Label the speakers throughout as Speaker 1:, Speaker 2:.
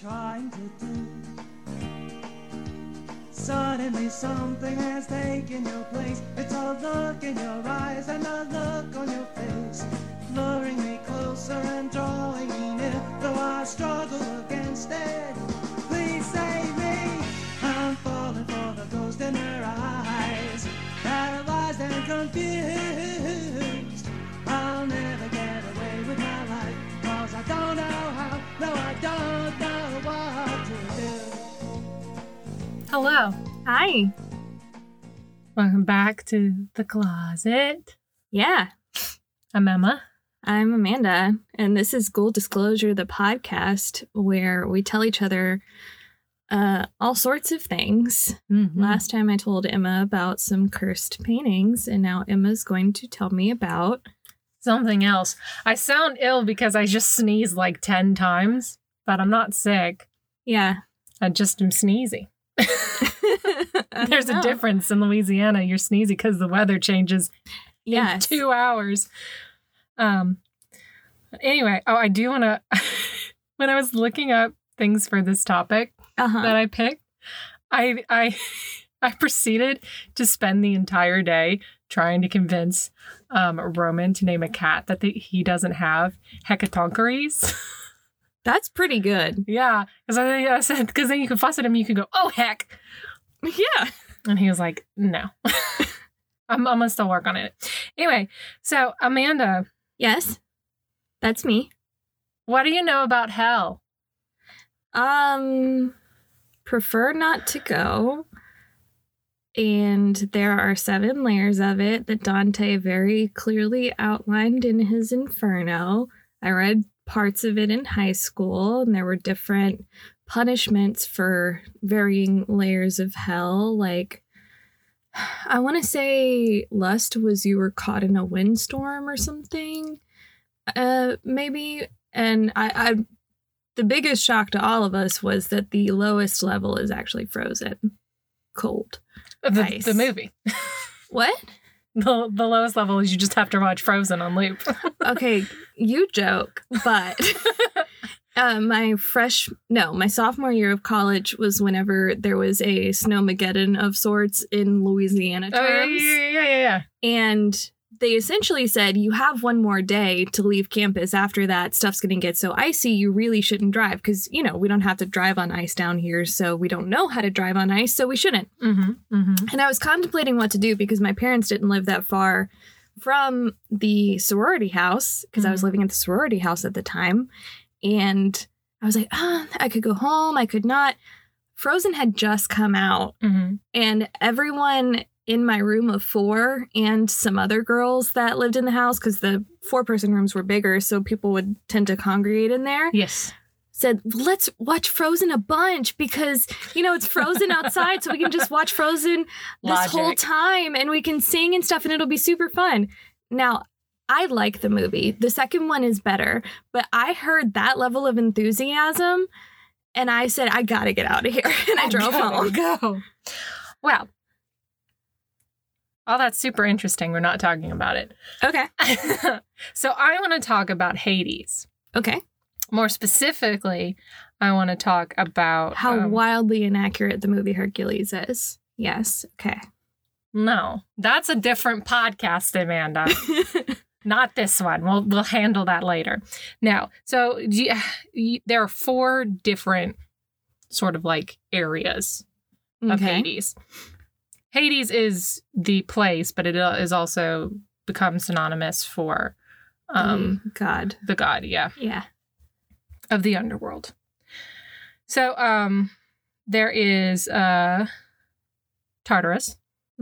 Speaker 1: trying to do. Suddenly something has taken your place. It's a look in your eyes and a look on your face, luring me closer and drawing me near. Though I struggle against it, please save me. I'm falling for the ghost in her eyes, paralyzed and confused. I'll never get away with my life, cause I don't know how, no, I don't know what to do.
Speaker 2: Hello. Hi. Welcome back to the closet.
Speaker 3: Yeah,
Speaker 2: I'm Emma.
Speaker 3: I'm Amanda, and this is Ghoul Disclosure, the podcast where we tell each other uh, all sorts of things.
Speaker 2: Mm-hmm.
Speaker 3: Last time I told Emma about some cursed paintings, and now Emma's going to tell me about.
Speaker 2: Something else. I sound ill because I just sneezed like 10 times, but I'm not sick.
Speaker 3: Yeah.
Speaker 2: I just am sneezy.
Speaker 3: I
Speaker 2: There's
Speaker 3: don't
Speaker 2: a
Speaker 3: know.
Speaker 2: difference in Louisiana. You're sneezy because the weather changes
Speaker 3: Yes.
Speaker 2: in two hours. Um. Anyway, oh, I do want to. when I was looking up things for this topic,
Speaker 3: Uh-huh.
Speaker 2: that I picked, I I I proceeded to spend the entire day trying to convince um, Roman to name a cat that the, he doesn't have hecatonkeries.
Speaker 3: That's pretty good.
Speaker 2: yeah, because I, I said because then you can fuss at him, you can go, oh heck,
Speaker 3: Yeah.
Speaker 2: and he was like, no, I'm I'm gonna still work on it. Anyway, so Amanda,
Speaker 3: Yes. That's me.
Speaker 2: what do you know about hell?
Speaker 3: Um, prefer not to go. And there are seven layers of it that Dante very clearly outlined in his Inferno. I read parts of it in high school, and there were different punishments for varying layers of hell. Like, I want to say lust was you were caught in a windstorm or something, uh, maybe. And I, I the biggest shock to all of us was that the lowest level is actually frozen cold.
Speaker 2: The,
Speaker 3: Nice.
Speaker 2: the movie.
Speaker 3: What?
Speaker 2: The, the lowest level is you just have to watch Frozen on loop.
Speaker 3: Okay, you joke, but uh, my fresh no, my sophomore year of college was whenever there was a snowmageddon of sorts in Louisiana
Speaker 2: oh yeah,
Speaker 3: terms,
Speaker 2: yeah, yeah, yeah, yeah.
Speaker 3: and they essentially said you have one more day to leave campus. After that, stuff's going to get so icy. You really shouldn't drive because you know we don't have to drive on ice down here, so we don't know how to drive on ice, so we shouldn't.
Speaker 2: Mm-hmm. Mm-hmm.
Speaker 3: And I was contemplating what to do because my parents didn't live that far from the sorority house because I was
Speaker 2: Mhm.
Speaker 3: living at the sorority house at the time. And I was like, ah, I could go home, I could not. Frozen had just come out,
Speaker 2: Mm-hmm.
Speaker 3: and everyone in my room of four and some other girls that lived in the house because the four person rooms were bigger, so people would tend to congregate in there
Speaker 2: Yes.
Speaker 3: said, let's watch Frozen a bunch because, you know, it's frozen outside. so we can just watch Frozen this
Speaker 2: Logic.
Speaker 3: whole time and we can sing and stuff and it'll be super fun. Now, I like the movie. The second one is better, but I heard that level of enthusiasm and I said, I gotta get out of here. And I drove home.
Speaker 2: Go. Wow. All that's super interesting. We're not talking about it.
Speaker 3: Okay.
Speaker 2: so I want to talk about Hades.
Speaker 3: Okay.
Speaker 2: More specifically, I want to talk about
Speaker 3: How
Speaker 2: um,
Speaker 3: wildly inaccurate the movie Hercules is. Yes. Okay.
Speaker 2: No, that's a different podcast, Amanda. not this one. We'll we'll handle that later. Now, so do you, you- there are four different sort of like areas of
Speaker 3: okay.
Speaker 2: Hades. Hades is the place, but it uh, is also become synonymous for um,
Speaker 3: Mm, God.
Speaker 2: the god, yeah,
Speaker 3: Yeah.
Speaker 2: of the underworld. So um, there is uh, Tartarus,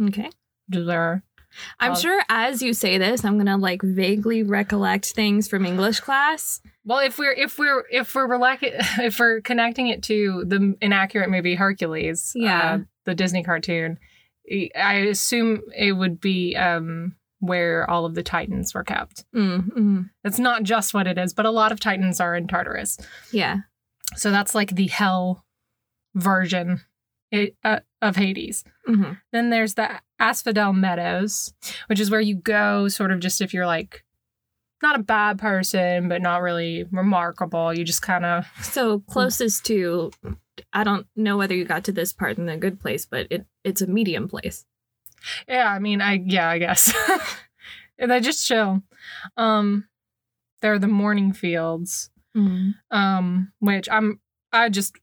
Speaker 3: Okay.
Speaker 2: which is our
Speaker 3: I'm
Speaker 2: Well-
Speaker 3: sure as you say this, I'm gonna like vaguely recollect things from English class.
Speaker 2: Well, if we're if we're if we're relac- if we're connecting it to the inaccurate movie Hercules, uh,
Speaker 3: Yeah.
Speaker 2: the Disney cartoon, I- I assume it would be um, where all of the titans were kept.
Speaker 3: Mm-hmm.
Speaker 2: That's not just what it is, but a lot of Titans are in Tartarus.
Speaker 3: Yeah.
Speaker 2: So that's like the hell version i- uh, of Hades.
Speaker 3: hmm
Speaker 2: Then there's the Asphodel Meadows, which is where you go sort of just if you're like not a bad person, but not really remarkable. You just kind of
Speaker 3: So closest to, I don't know whether you got to this part in the good place, but it it's a medium place.
Speaker 2: Yeah, I mean, I yeah, I guess. and they just chill. Um they're the morning fields.
Speaker 3: Mm.
Speaker 2: Um, which I'm I just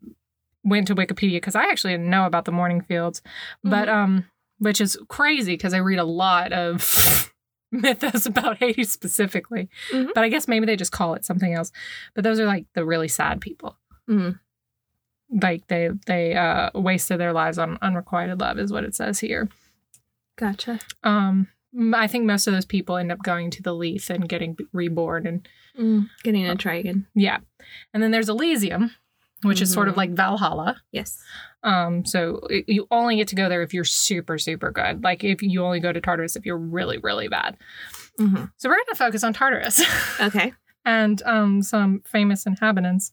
Speaker 2: went to Wikipedia because I actually didn't know about the morning fields. But
Speaker 3: Mhm.
Speaker 2: um which is crazy because I read a lot of mythos about Haiti specifically.
Speaker 3: Mhm.
Speaker 2: But I guess maybe they just call it something else. But those are like the really sad people.
Speaker 3: Mm.
Speaker 2: Like they they uh wasted their lives on unrequited love is what it says here.
Speaker 3: Gotcha.
Speaker 2: Um, m- I think most of those people end up going to the Leaf and getting b- reborn, and
Speaker 3: Mm. Getting a try again.
Speaker 2: yeah, and then there's Elysium, which is sort of
Speaker 3: Mhm.
Speaker 2: like Valhalla.
Speaker 3: Yes.
Speaker 2: Um, so i- you only get to go there if you're super super good. Like if you only go to Tartarus if you're really really bad.
Speaker 3: Mhm.
Speaker 2: So we're gonna focus on Tartarus
Speaker 3: Okay.
Speaker 2: and um some famous inhabitants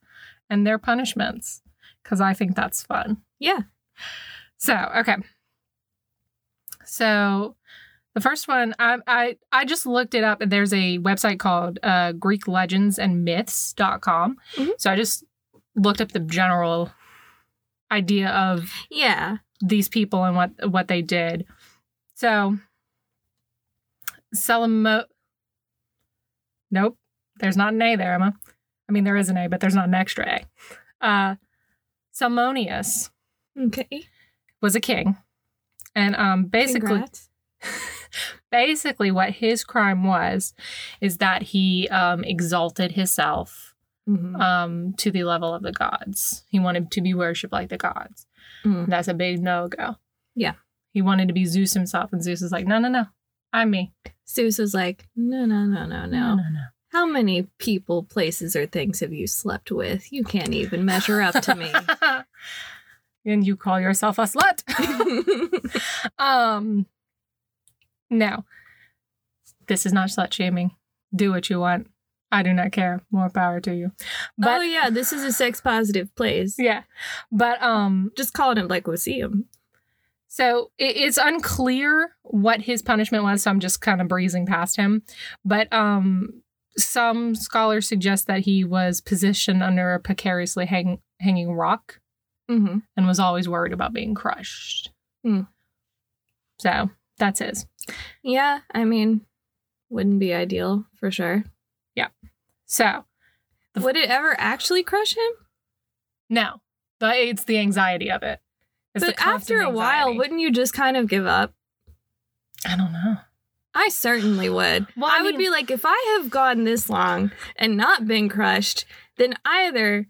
Speaker 2: and their punishments because I think that's fun.
Speaker 3: Yeah.
Speaker 2: So okay. So the first one, I I, I just looked it up, and there's a website called uh, Greek Legends and Myths.com.
Speaker 3: Mhm.
Speaker 2: So I just looked up the general idea of
Speaker 3: Yeah.
Speaker 2: these people and what what they did. So Selimo Nope. There's not an A there, Emma. I mean there is an A, but there's not an extra A. Uh Salmonius
Speaker 3: Okay.
Speaker 2: was a king. And um basically
Speaker 3: Congrats.
Speaker 2: basically what his crime was is that he um exalted himself
Speaker 3: Mhm.
Speaker 2: um to the level of the gods. He wanted to be worshipped like the gods.
Speaker 3: Mm.
Speaker 2: That's a big no go.
Speaker 3: Yeah.
Speaker 2: He wanted to be Zeus himself, and Zeus is like, no, no, no. I'm me.
Speaker 3: Zeus was like, no, no, no, no, no.
Speaker 2: no, no.
Speaker 3: How many people, places, or things have you slept with? You can't even measure up to me.
Speaker 2: and you call yourself a slut. um, no. This is not slut shaming. Do what you want. I do not care. More power to you. But
Speaker 3: oh yeah, this is a sex positive place.
Speaker 2: yeah, but um,
Speaker 3: Just calling it like we see him.
Speaker 2: So it, it's unclear what his punishment was, so I'm just kind of breezing past him. But um, some scholars suggest that he was positioned under a precariously hang, hanging rock
Speaker 3: Mm-hmm.
Speaker 2: and was always worried about being crushed.
Speaker 3: Hmm.
Speaker 2: So that's his.
Speaker 3: Yeah, I mean, wouldn't be ideal for sure.
Speaker 2: So The-
Speaker 3: Would it ever actually crush him?
Speaker 2: no, but it's the anxiety of it. It's the
Speaker 3: but after
Speaker 2: constant
Speaker 3: a while,
Speaker 2: anxiety.
Speaker 3: wouldn't you just kind of give up?
Speaker 2: I don't know.
Speaker 3: I certainly would.
Speaker 2: Well,
Speaker 3: I,
Speaker 2: I
Speaker 3: would
Speaker 2: mean-
Speaker 3: be like, if I have gone this long and not been crushed, then either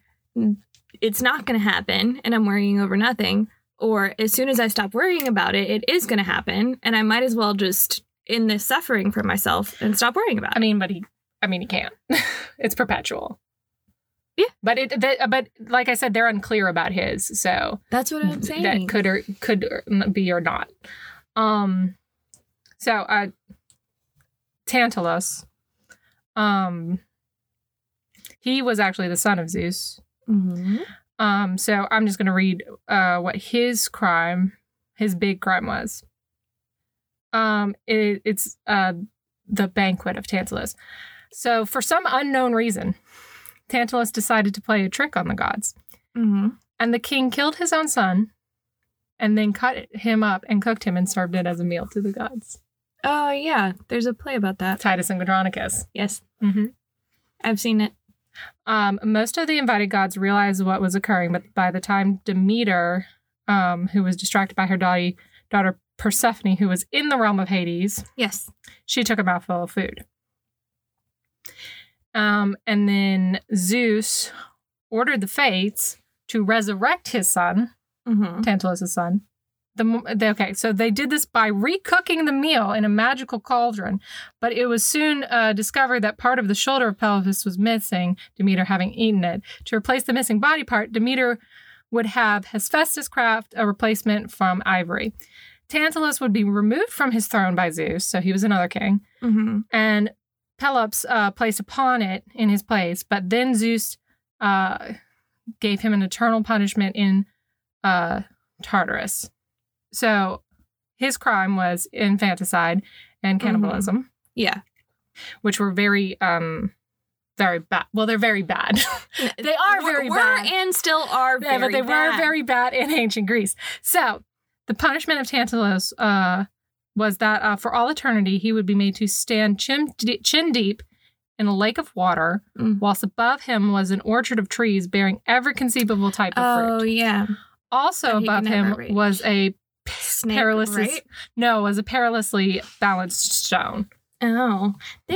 Speaker 3: it's not going to happen and I'm worrying over nothing, or as soon as I stop worrying about it, it is going to happen. And I might as well just end this suffering for myself and stop worrying about
Speaker 2: I
Speaker 3: it.
Speaker 2: mean, but he, I mean, he can't. it's perpetual.
Speaker 3: Yeah.
Speaker 2: but it, th- but like I said, they're unclear about his. So
Speaker 3: That's what I'm saying.
Speaker 2: that could or could or n- be or not. Um, so uh, Tantalus, um, he was actually the son of Zeus.
Speaker 3: Mhm.
Speaker 2: Um, so I'm just gonna read uh what his crime, his big crime was. Um, it, it's uh the banquet of Tantalus. So for some unknown reason, Tantalus decided to play a trick on the gods.
Speaker 3: Mhm.
Speaker 2: And the king killed his own son and then cut him up and cooked him and served it as a meal to the gods.
Speaker 3: Oh, yeah. There's a play about that.
Speaker 2: Titus and Andronicus.
Speaker 3: Yes,
Speaker 2: Mm-hmm.
Speaker 3: I've seen it.
Speaker 2: Um, most of the invited gods realized what was occurring, but by the time Demeter, um, who was distracted by her daughter, daughter Persephone, who was in the realm of Hades,
Speaker 3: Yes.
Speaker 2: she took a mouthful of food. Um, and then Zeus ordered the Fates to resurrect his son Mm-hmm.
Speaker 3: hmm
Speaker 2: Tantalus' son. The, mo- the, okay, so they did this by recooking the meal in a magical cauldron, but it was soon uh, discovered that part of the shoulder of Pelopus was missing, Demeter having eaten it. To replace the missing body part, Demeter would have Hephaestus craft a replacement from ivory. Tantalus would be removed from his throne by Zeus, so he was another king, Mm-hmm.
Speaker 3: hmm
Speaker 2: and Pelops uh, placed upon it in his place. But then Zeus uh, gave him an eternal punishment in uh, Tartarus. So his crime was infanticide and cannibalism.
Speaker 3: Yeah.
Speaker 2: which were very um very bad. Well, they're very bad. they are
Speaker 3: Were-
Speaker 2: very
Speaker 3: were
Speaker 2: bad.
Speaker 3: and still are
Speaker 2: Yeah,
Speaker 3: very
Speaker 2: but they were
Speaker 3: bad.
Speaker 2: very bad in ancient Greece. So the punishment of Tantalus uh, was that uh, for all eternity he would be made to stand chin, d- chin deep in a lake of water,
Speaker 3: Mm.
Speaker 2: whilst above him was an orchard of trees bearing every conceivable type of
Speaker 3: Oh
Speaker 2: fruit.
Speaker 3: yeah,
Speaker 2: Also
Speaker 3: That he could
Speaker 2: above him
Speaker 3: never reach.
Speaker 2: was a
Speaker 3: snake,
Speaker 2: Paralysis.
Speaker 3: right?
Speaker 2: no was a perilously balanced stone.
Speaker 3: Oh, they.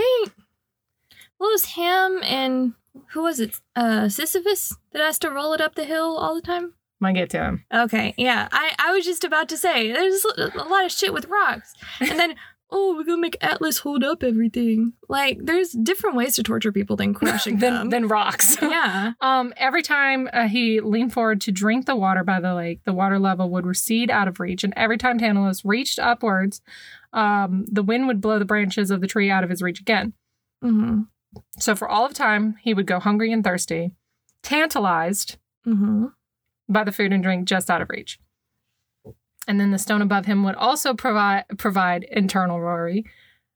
Speaker 3: Well, it was him and who was it? Uh, Sisyphus that has to roll it up the hill all the time.
Speaker 2: Might get to him.
Speaker 3: Okay, yeah. I I was just about to say there's a a lot of shit with rocks, and then oh, we're gonna make Atlas hold up everything. Like there's different ways to torture people than crushing
Speaker 2: Then,
Speaker 3: them.
Speaker 2: then rocks.
Speaker 3: yeah.
Speaker 2: Um, every time uh, he leaned forward to drink the water by the lake, the water level would recede out of reach, and every time Tantalus reached upwards, um, the wind would blow the branches of the tree out of his reach again.
Speaker 3: Mm-hmm.
Speaker 2: So for all of time, he would go hungry and thirsty, tantalized
Speaker 3: Mm-hmm.
Speaker 2: by the food and drink just out of reach. And then the stone above him would also provide provide internal worry,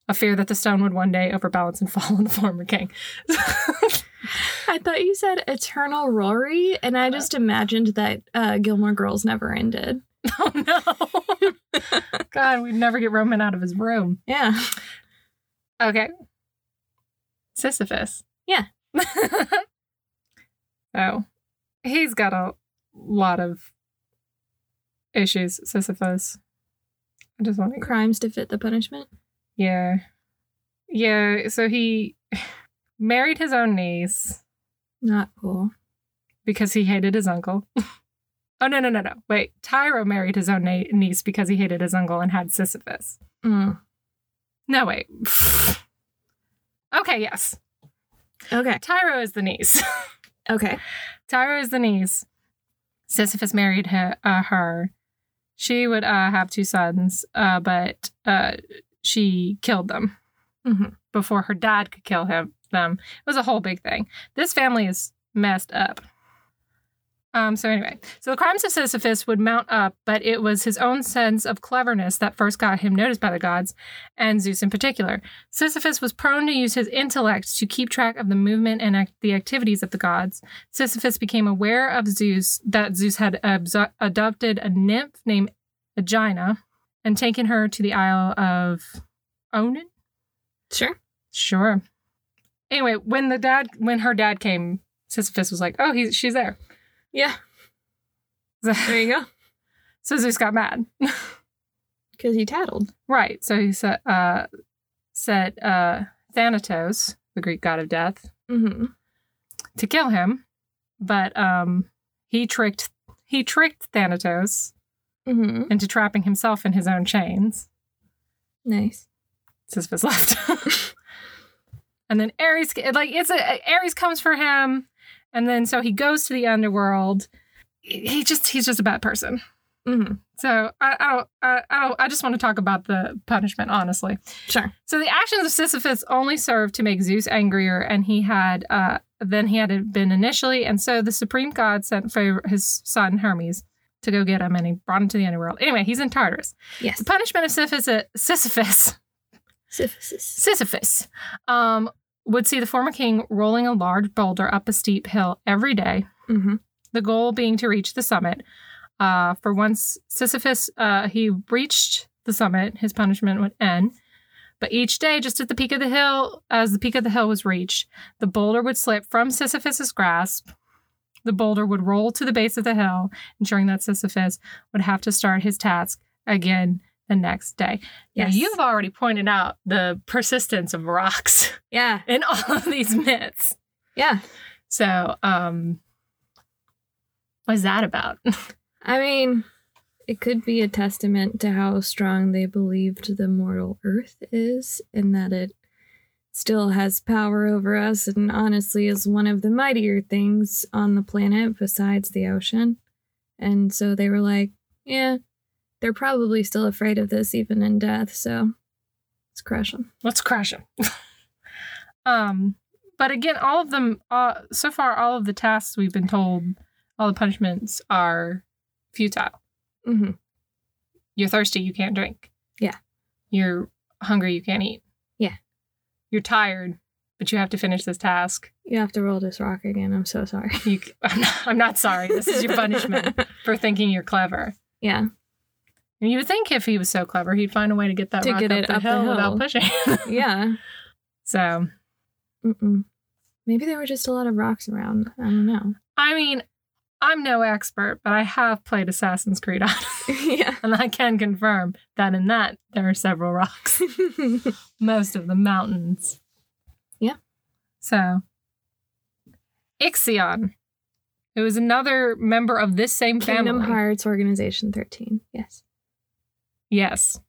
Speaker 2: a fear that the stone would one day overbalance and fall on the former king.
Speaker 3: I thought you said eternal Rory, and I just imagined that uh, Gilmore Girls never ended.
Speaker 2: oh no! God, we'd never get Roman out of his room.
Speaker 3: Yeah.
Speaker 2: Okay. Sisyphus.
Speaker 3: Yeah.
Speaker 2: so he's got a lot of issues, Sisyphus. I just want to.
Speaker 3: Crimes to fit the punishment.
Speaker 2: Yeah. Yeah. So he married his own niece
Speaker 3: Not cool.
Speaker 2: because he hated his uncle. oh, no, no, no, no. Wait. Tyro married his own na- niece because he hated his uncle and had Sisyphus.
Speaker 3: Mm.
Speaker 2: No, wait. okay, yes.
Speaker 3: Okay.
Speaker 2: Tyro is the niece.
Speaker 3: Okay.
Speaker 2: Tyra is the niece. Sisyphus married her. Uh, her. She would uh, have two sons, uh, but uh, she killed them Mm-hmm.
Speaker 3: Mhm.
Speaker 2: before her dad could kill him. Them. It was a whole big thing. This family is messed up. Um, so anyway, so the crimes of Sisyphus would mount up, but it was his own sense of cleverness that first got him noticed by the gods, and Zeus in particular. Sisyphus was prone to use his intellect to keep track of the movement and act- the activities of the gods. Sisyphus became aware of Zeus that Zeus had abso- adopted a nymph named Aegina and taken her to the Isle of Onan.
Speaker 3: Sure.
Speaker 2: Sure. Anyway, when the dad when her dad came, Sisyphus was like, "Oh, he's she's there."
Speaker 3: Yeah. There you go.
Speaker 2: so Zeus got mad.
Speaker 3: Because he tattled.
Speaker 2: Right. So he said uh said uh Thanatos, the Greek god of death,
Speaker 3: Mm-hmm.
Speaker 2: to kill him, but um he tricked he tricked Thanatos
Speaker 3: Mm-hmm.
Speaker 2: into trapping himself in his own chains.
Speaker 3: Nice.
Speaker 2: Sisyphus left. and then Ares, like it's a Ares comes for him, and then so he goes to the underworld. He he just he's just a bad person.
Speaker 3: Mm-hmm.
Speaker 2: So I, I don't I, I don't I just want to talk about the punishment honestly.
Speaker 3: Sure.
Speaker 2: So the actions of Sisyphus only served to make Zeus angrier, and he had uh, than he had been initially, and so the supreme god sent for his son Hermes to go get him, and he brought him to the underworld. Anyway, he's in Tartarus.
Speaker 3: Yes.
Speaker 2: The punishment of Sisyphus, Sisyphus
Speaker 3: Syphilis.
Speaker 2: Sisyphus um, would see the former king rolling a large boulder up a steep hill every day,
Speaker 3: Mm-hmm.
Speaker 2: the goal being to reach the summit. Uh, for once Sisyphus, uh, he reached the summit, his punishment would end. But each day, just at the peak of the hill, as the peak of the hill was reached, the boulder would slip from Sisyphus's grasp. The boulder would roll to the base of the hill, ensuring that Sisyphus would have to start his task again the next day. Now,
Speaker 3: Yes.
Speaker 2: you've already pointed out the persistence of rocks
Speaker 3: Yeah.
Speaker 2: in all of these myths.
Speaker 3: Yeah.
Speaker 2: So, um, what is that about?
Speaker 3: I mean, it could be a testament to how strong they believed the mortal earth is and that it still has power over us and honestly is one of the mightier things on the planet besides the ocean. And so they were like, yeah, they're probably still afraid of this even in death. So let's crush them.
Speaker 2: Let's crash them. um, but again, all of them, uh, so far, all of the tasks we've been told, all the punishments are futile.
Speaker 3: Mm-hmm.
Speaker 2: You're thirsty, you can't drink.
Speaker 3: Yeah.
Speaker 2: You're hungry, you can't eat.
Speaker 3: Yeah.
Speaker 2: You're tired, but you have to finish this task.
Speaker 3: You have to roll this rock again. I'm so sorry.
Speaker 2: You, I'm, not, I'm not sorry. This is your punishment for thinking you're clever.
Speaker 3: yeah.
Speaker 2: And you would think if he was so clever, he'd find a way to get that
Speaker 3: To
Speaker 2: rock
Speaker 3: get
Speaker 2: up,
Speaker 3: it
Speaker 2: the,
Speaker 3: up the
Speaker 2: hill
Speaker 3: hill.
Speaker 2: without pushing.
Speaker 3: Yeah.
Speaker 2: so,
Speaker 3: Mm-mm. Maybe there were just a lot of rocks around. I don't know.
Speaker 2: I mean, I'm no expert, but I have played Assassin's Creed on,
Speaker 3: yeah.
Speaker 2: and I can confirm that in that there are several rocks. most of the mountains.
Speaker 3: Yeah.
Speaker 2: So, Ixion, who is another member of this same
Speaker 3: Kingdom
Speaker 2: family.
Speaker 3: Hearts Organization 13. Yes.
Speaker 2: Yes.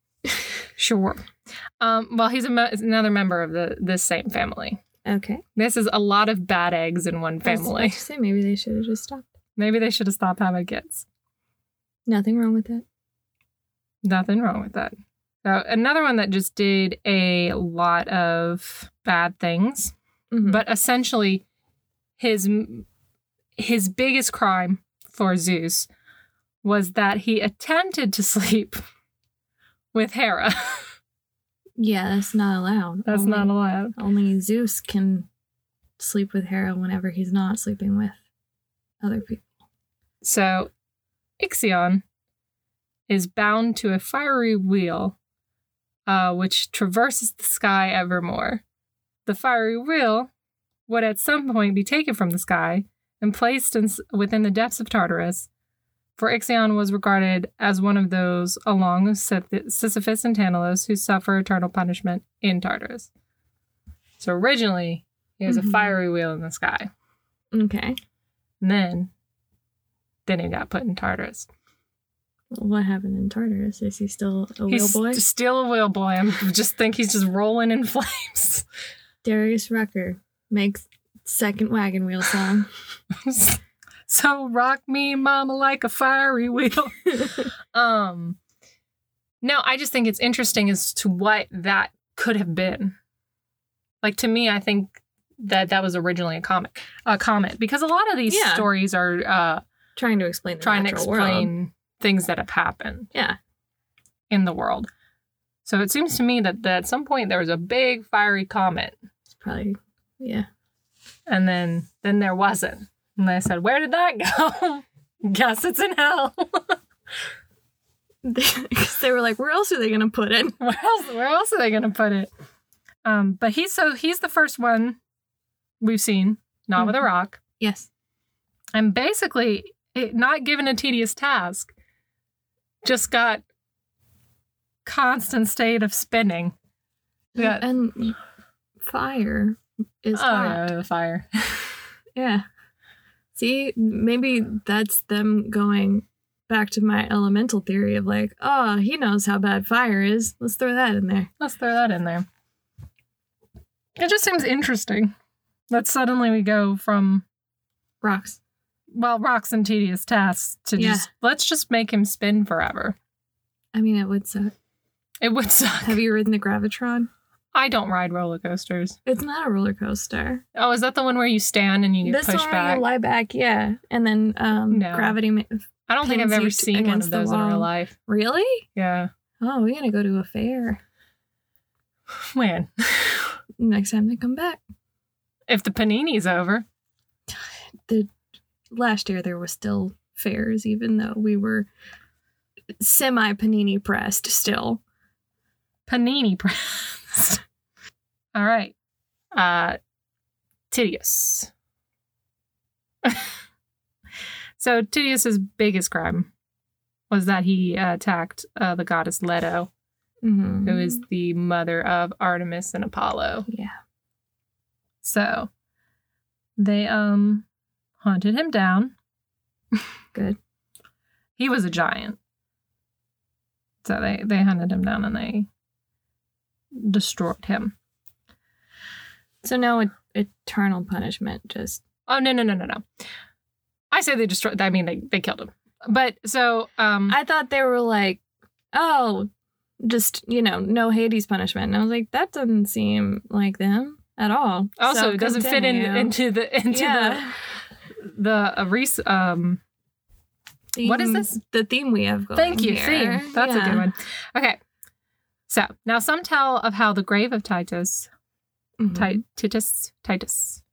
Speaker 2: sure. Um, well, he's a mo- another member of the this same family.
Speaker 3: Okay.
Speaker 2: This is a lot of bad eggs in one
Speaker 3: I was about
Speaker 2: family.
Speaker 3: to say maybe they should have just stopped.
Speaker 2: Maybe they should have stopped having kids.
Speaker 3: Nothing wrong with that.
Speaker 2: Nothing wrong with that. So another one that just did a lot of bad things
Speaker 3: Mhm.
Speaker 2: but essentially his his biggest crime for Zeus was that he attempted to sleep with Hera.
Speaker 3: yeah, that's not allowed.
Speaker 2: That's
Speaker 3: Only-
Speaker 2: not allowed.
Speaker 3: Only Zeus can sleep with Hera whenever he's not sleeping with other people.
Speaker 2: So Ixion is bound to a fiery wheel uh, which traverses the sky evermore. The fiery wheel would at some point be taken from the sky and placed in, s- within the depths of Tartarus, for Ixion was regarded as one of those along with Sith- Sisyphus and Tantalus who suffer eternal punishment in Tartarus. So originally, he was
Speaker 3: Mhm.
Speaker 2: a fiery wheel in the sky.
Speaker 3: Okay.
Speaker 2: And then, then he got put in Tartarus.
Speaker 3: What happened in Tartarus? Is he still a wheel
Speaker 2: he's
Speaker 3: boy?
Speaker 2: st- still a whale boy. I just think he's just rolling in flames.
Speaker 3: Darius Rucker makes second wagon wheel song.
Speaker 2: so rock me, mama, like a fiery wheel. um, no, I just think it's interesting as to what that could have been. Like to me, I think that that was originally a comic, a comment, because a lot of these
Speaker 3: Yeah.
Speaker 2: stories are uh,
Speaker 3: trying to explain the
Speaker 2: trying to
Speaker 3: natural world.
Speaker 2: explain things that have happened.
Speaker 3: Yeah.
Speaker 2: in the world. So it seems to me that, that at some point there was a big fiery comet
Speaker 3: It's probably yeah.
Speaker 2: and then then there wasn't. And I said, "Where did that go?" Guess it's in hell.
Speaker 3: Because they were like, where else are they gonna put it?
Speaker 2: where else? Where else are they going to put it? Um, but he's so he's the first one we've seen, not with a
Speaker 3: Mhm.
Speaker 2: rock,
Speaker 3: Yes.
Speaker 2: and basically it, not given a tedious task, just got constant state of spinning. Yeah.
Speaker 3: And fire is hot.
Speaker 2: Oh, the fire.
Speaker 3: Yeah. See, maybe that's them going back to my elemental theory of like, oh, he knows how bad fire is. Let's throw that in there.
Speaker 2: Let's throw that in there. It just seems interesting that suddenly we go from
Speaker 3: Rocks.
Speaker 2: well, rocks and tedious tasks to
Speaker 3: Yeah.
Speaker 2: just let's just make him spin forever.
Speaker 3: I mean, it would suck.
Speaker 2: It would suck.
Speaker 3: Have you ridden the Gravitron?
Speaker 2: I don't ride roller coasters.
Speaker 3: It's not a roller coaster.
Speaker 2: Oh, is that the one where you stand and you get
Speaker 3: this
Speaker 2: pushed
Speaker 3: one where
Speaker 2: back?
Speaker 3: you lie back, yeah, and then um,
Speaker 2: No.
Speaker 3: gravity. Ma-
Speaker 2: I don't think I've
Speaker 3: pins you
Speaker 2: ever
Speaker 3: t-
Speaker 2: seen one
Speaker 3: against
Speaker 2: of
Speaker 3: the
Speaker 2: those in real
Speaker 3: wall.
Speaker 2: life.
Speaker 3: really?
Speaker 2: Yeah.
Speaker 3: Oh, we gotta go to a fair
Speaker 2: Man,
Speaker 3: next time they come back.
Speaker 2: if the panini's over,
Speaker 3: Last year there were still fairs, even though we were semi panini pressed. Still,
Speaker 2: panini pressed. All right. Uh Tidious. so Tidious's biggest crime was that he uh, attacked uh, the goddess Leto.
Speaker 3: mm-hmm.
Speaker 2: who is the mother of Artemis and Apollo.
Speaker 3: yeah.
Speaker 2: So they um hunted him down.
Speaker 3: Good.
Speaker 2: He was a giant. So they they hunted him down and they destroyed him.
Speaker 3: So now et- eternal punishment. Just
Speaker 2: Oh no no no no no. I say they destroyed I mean they they killed him. But so um
Speaker 3: I thought they were like, oh, just you know, no Hades punishment. And I was like, that doesn't seem like them at all.
Speaker 2: also
Speaker 3: So
Speaker 2: it doesn't fit in
Speaker 3: continue.
Speaker 2: into the into
Speaker 3: yeah.
Speaker 2: the the uh, rec- um What is
Speaker 3: Theme-
Speaker 2: this?
Speaker 3: The theme we have going.
Speaker 2: Thank you,
Speaker 3: here.
Speaker 2: theme. That's a
Speaker 3: Yeah.
Speaker 2: good one. Okay. So now some tell of how the grave of Titus
Speaker 3: Mhm.
Speaker 2: Ti- Titus. Titus.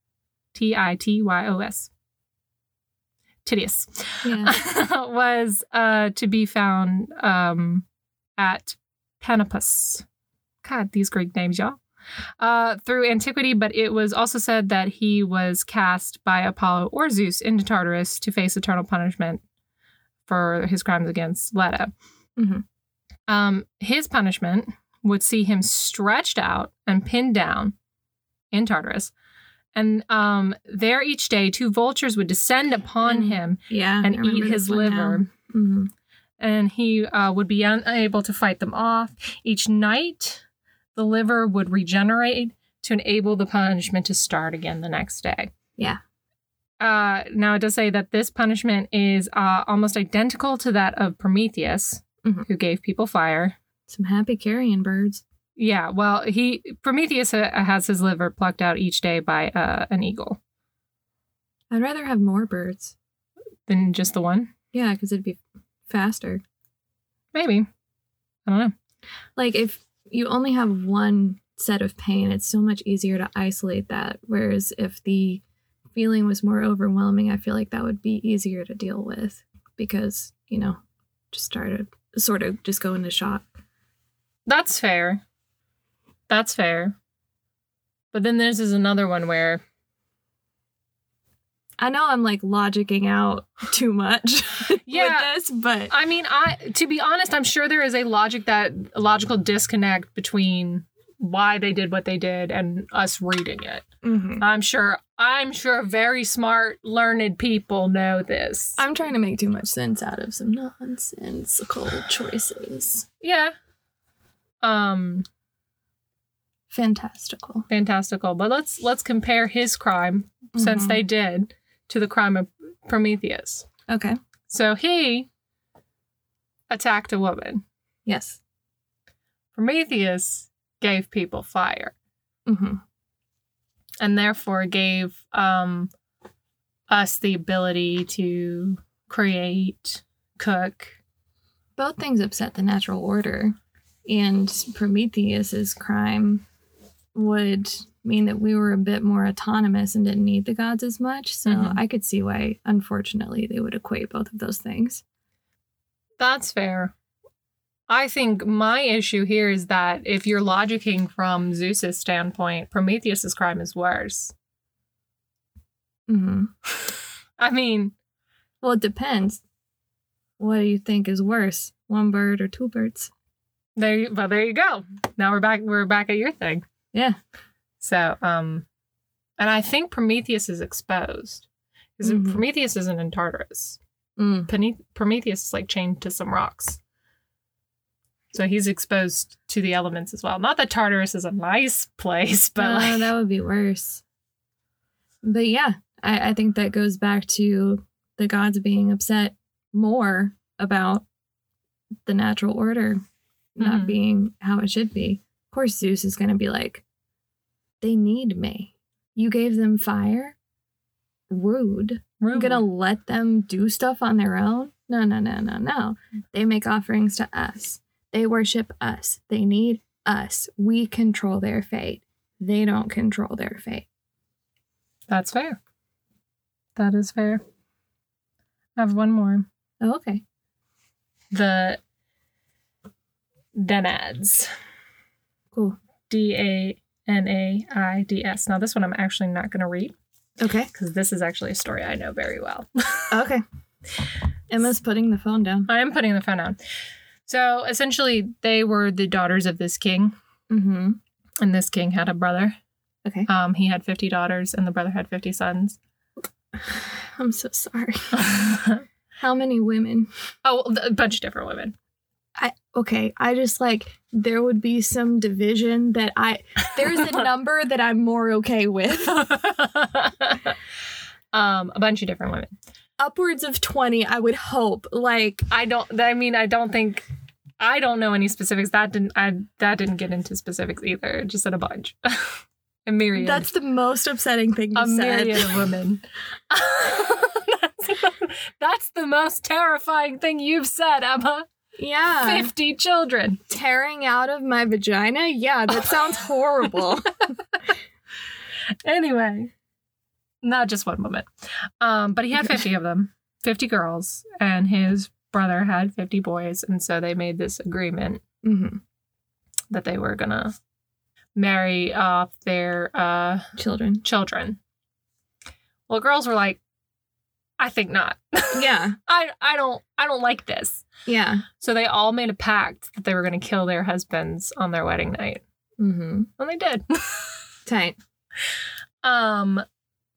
Speaker 2: T I T Y O S. Titius.
Speaker 3: Yeah.
Speaker 2: was uh, to be found um, at Panopus. God, these Greek names, y'all. Uh, through antiquity, but it was also said that he was cast by Apollo or Zeus into Tartarus to face eternal punishment for his crimes against Leto.
Speaker 3: Mhm.
Speaker 2: Um, his punishment would see him stretched out and pinned down in Tartarus. And um, there each day, two vultures would descend upon
Speaker 3: Mm.
Speaker 2: him
Speaker 3: Yeah.
Speaker 2: and
Speaker 3: I remember
Speaker 2: eat
Speaker 3: this
Speaker 2: his
Speaker 3: one now.
Speaker 2: liver.
Speaker 3: Mhm.
Speaker 2: and he uh, would be unable to fight them off. Each night, the liver would regenerate to enable the punishment to start again the next day.
Speaker 3: Yeah.
Speaker 2: Uh, now, it does say that this punishment is uh, almost identical to that of Prometheus,
Speaker 3: Mhm.
Speaker 2: who gave people fire.
Speaker 3: Some happy carrion birds.
Speaker 2: Yeah, well, he Prometheus ha- has his liver plucked out each day by uh, an eagle
Speaker 3: I'd rather have more birds.
Speaker 2: than just the one.
Speaker 3: Yeah, because it'd be faster.
Speaker 2: Maybe. I don't know.
Speaker 3: Like if you only have one set of pain, it's so much easier to isolate that. Whereas if the feeling was more overwhelming, I feel like that would be easier to deal with because you know just started sort of just go into shock.
Speaker 2: That's fair. That's fair. But then this is another one where
Speaker 3: I know I'm like logicking out too much
Speaker 2: Yeah.
Speaker 3: with this, but
Speaker 2: I mean, I to be honest, I'm sure there is a logic that a logical disconnect between why they did what they did and us reading it.
Speaker 3: Mhm.
Speaker 2: I'm sure I'm sure very smart, learned people know this.
Speaker 3: I'm trying to make too much sense out of some nonsensical choices.
Speaker 2: yeah. Um
Speaker 3: Fantastical.
Speaker 2: fantastical. But let's let's compare his crime since
Speaker 3: Mhm.
Speaker 2: they did to the crime of Prometheus.
Speaker 3: Okay.
Speaker 2: So he attacked a woman.
Speaker 3: Yes.
Speaker 2: Prometheus gave people fire
Speaker 3: hmm
Speaker 2: and therefore gave um, us the ability to create, cook.
Speaker 3: Both things upset the natural order, and Prometheus's crime would mean that we were a bit more autonomous and didn't need the gods as much. So
Speaker 2: Mhm.
Speaker 3: I could see why, unfortunately, they would equate both of those things.
Speaker 2: That's fair. I think my issue here is that if you're logicking from Zeus's standpoint, Prometheus's crime is worse.
Speaker 3: hmm
Speaker 2: I mean,
Speaker 3: Well, it depends. What do you think is worse, one bird or two birds?
Speaker 2: there. You, but there you go. Now we're back. We're back at your thing.
Speaker 3: Yeah.
Speaker 2: So, um, and I think Prometheus is exposed because
Speaker 3: Mhm.
Speaker 2: Prometheus isn't in Tartarus.
Speaker 3: Mm.
Speaker 2: Pene- Prometheus is like chained to some rocks. So he's exposed to the elements as well. Not that Tartarus is a nice place, but
Speaker 3: no,
Speaker 2: like,
Speaker 3: Oh, that would be worse. But yeah, I, I think that goes back to the gods being upset more about the natural order not
Speaker 2: Mhm.
Speaker 3: being how it should be. Of course, Zeus is going to be like, they need me. You gave them fire? Rude. I'm
Speaker 2: rude.
Speaker 3: going to let them do stuff on their own? No, no, no, no, no. They make offerings to us. They worship us. They need us. We control their fate. They don't control their fate.
Speaker 2: That's fair. That is fair. I have one more.
Speaker 3: Oh, okay.
Speaker 2: The Danads.
Speaker 3: Cool.
Speaker 2: D A N A I D S. Now, this one I'm actually not going to read
Speaker 3: Okay.
Speaker 2: because this is actually a story I know very well.
Speaker 3: Okay. Emma's putting the phone down.
Speaker 2: I am putting the phone on. So essentially, they were the daughters of this king,
Speaker 3: Mm-hmm.
Speaker 2: and this king had a brother.
Speaker 3: Okay.
Speaker 2: Um, he had 50 daughters, and the brother had 50 sons.
Speaker 3: I'm so sorry.
Speaker 2: oh,
Speaker 3: How many women?
Speaker 2: a bunch of different women.
Speaker 3: Okay. I just like, there would be some division that I, there's a number that I'm more okay with.
Speaker 2: um, a bunch of different women.
Speaker 3: Upwards of 20, I would hope. Like,
Speaker 2: I don't. I mean, I don't think. I don't know any specifics. That didn't. I that didn't get into specifics either. It Just said a bunch, a myriad.
Speaker 3: That's the most upsetting thing you
Speaker 2: a
Speaker 3: said.
Speaker 2: myriad of women. that's, that's the most terrifying thing you've said, Emma.
Speaker 3: Yeah.
Speaker 2: 50 children.
Speaker 3: Tearing out of my vagina? Yeah, that sounds horrible.
Speaker 2: anyway, not just one woman. Um, but he had 50 of them, 50 girls, and his brother had 50 boys. And so they made this agreement
Speaker 3: hmm
Speaker 2: that they were going to marry off their uh,
Speaker 3: Children.
Speaker 2: children. Well, girls were like, I think not.
Speaker 3: Yeah.
Speaker 2: I, I don't I don't like this.
Speaker 3: Yeah.
Speaker 2: So they all made a pact that they were going to kill their husbands on their wedding night,
Speaker 3: Mm-hmm.
Speaker 2: and they did.
Speaker 3: Tight.
Speaker 2: Um,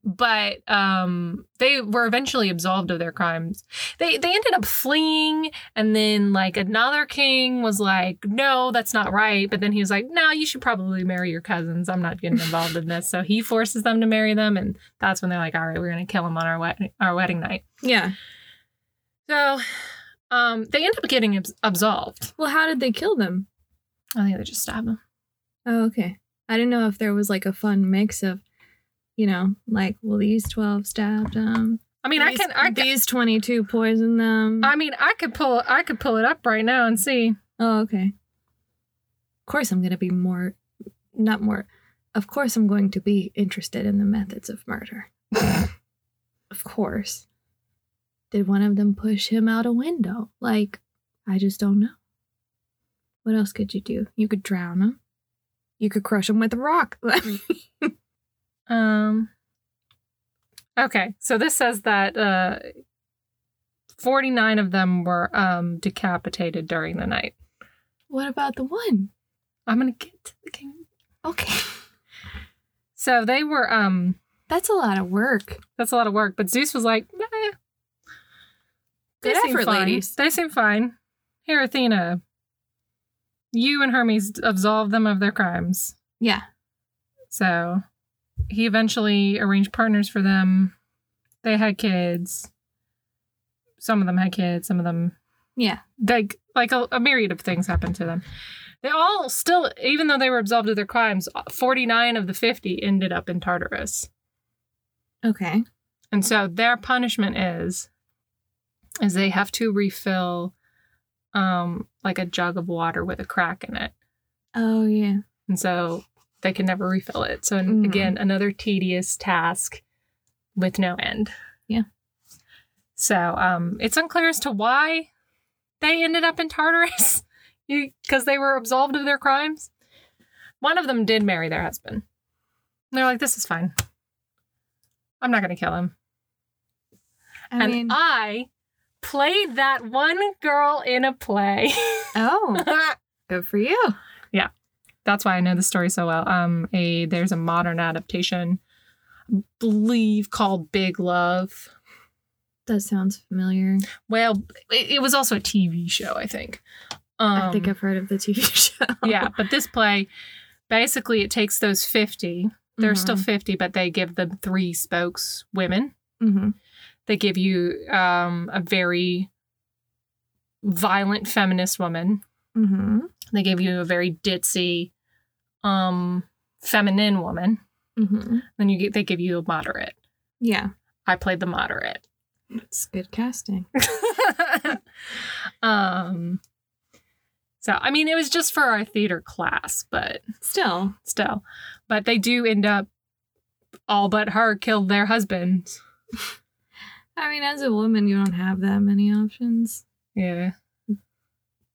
Speaker 2: but um, they were eventually absolved of their crimes. They they ended up fleeing, and then like another king was like, "No, that's not right." But then he was like, "No, you should probably marry your cousins. I'm not getting involved in this." So he forces them to marry them, and that's when they're like, "All right, we're gonna kill him on our wed- our wedding night."
Speaker 3: Yeah.
Speaker 2: So. Um, they end up getting abs- absolved.
Speaker 3: Well, how did they kill them?
Speaker 2: I think they just stabbed him.
Speaker 3: Oh, okay. I didn't know if there was like a fun mix of, you know, like well these twelve stabbed them.
Speaker 2: I mean, I
Speaker 3: these,
Speaker 2: can, I can,
Speaker 3: these twenty two poisoned them.
Speaker 2: I mean, I could pull, I could pull it up right now and see.
Speaker 3: Oh, okay. Of course, I'm going to be more, not more. Of course, I'm going to be interested in the methods of murder. of course. Did one of them push him out a window? Like, I just don't know. What else could you do? You could drown him. You could crush him with a rock.
Speaker 2: Um. Okay, so this says that uh, forty nine of them were um decapitated during the night.
Speaker 3: what about the one?
Speaker 2: I'm gonna get to the king.
Speaker 3: Okay.
Speaker 2: So they were um.
Speaker 3: That's a lot of work.
Speaker 2: That's a lot of work, but Zeus was like, "Nah, they
Speaker 3: Good
Speaker 2: seem
Speaker 3: effort,
Speaker 2: fine.
Speaker 3: ladies.
Speaker 2: They seem fine. Here, Athena, you and Hermes absolve them of their crimes.
Speaker 3: Yeah.
Speaker 2: So he eventually arranged partners for them. They had kids. Some of them had kids, some of them
Speaker 3: Yeah.
Speaker 2: like like a, a myriad of things happened to them. They all still even though they were absolved of their crimes, 49 of the 50 ended up in Tartarus.
Speaker 3: Okay.
Speaker 2: And so their punishment is is they have to refill um like a jug of water with a crack in it.
Speaker 3: Oh, yeah.
Speaker 2: And so they can never refill it. So,
Speaker 3: Mhm.
Speaker 2: again, another tedious task with no end.
Speaker 3: Yeah.
Speaker 2: So um, it's unclear as to why they ended up in Tartarus because they were absolved of their crimes. One of them did marry their husband. And they're like, this is fine. I'm not going to kill him.
Speaker 3: I
Speaker 2: and
Speaker 3: mean,
Speaker 2: I played that one girl in a play.
Speaker 3: oh, good for you.
Speaker 2: that's why I know the story so well. Um, a there's a modern adaptation, I believe called Big Love.
Speaker 3: That sounds familiar.
Speaker 2: Well, it, it was also a TV show, I think. Um,
Speaker 3: I think I've heard of the TV show.
Speaker 2: yeah, but this play, basically, it takes those fifty. They're still
Speaker 3: Mm-hmm.
Speaker 2: fifty, but they give them three spokes women.
Speaker 3: hmm
Speaker 2: They give you um, a very violent feminist woman.
Speaker 3: hmm
Speaker 2: They give you a very ditzy, um, feminine woman.
Speaker 3: hmm
Speaker 2: Then you get they give you a moderate.
Speaker 3: Yeah,
Speaker 2: I played the moderate.
Speaker 3: it's good casting.
Speaker 2: um so I mean it was just for our theater class, but
Speaker 3: Still,
Speaker 2: still. But they do end up all but her killed their husbands.
Speaker 3: I mean, as a woman, you don't have that many options
Speaker 2: Yeah,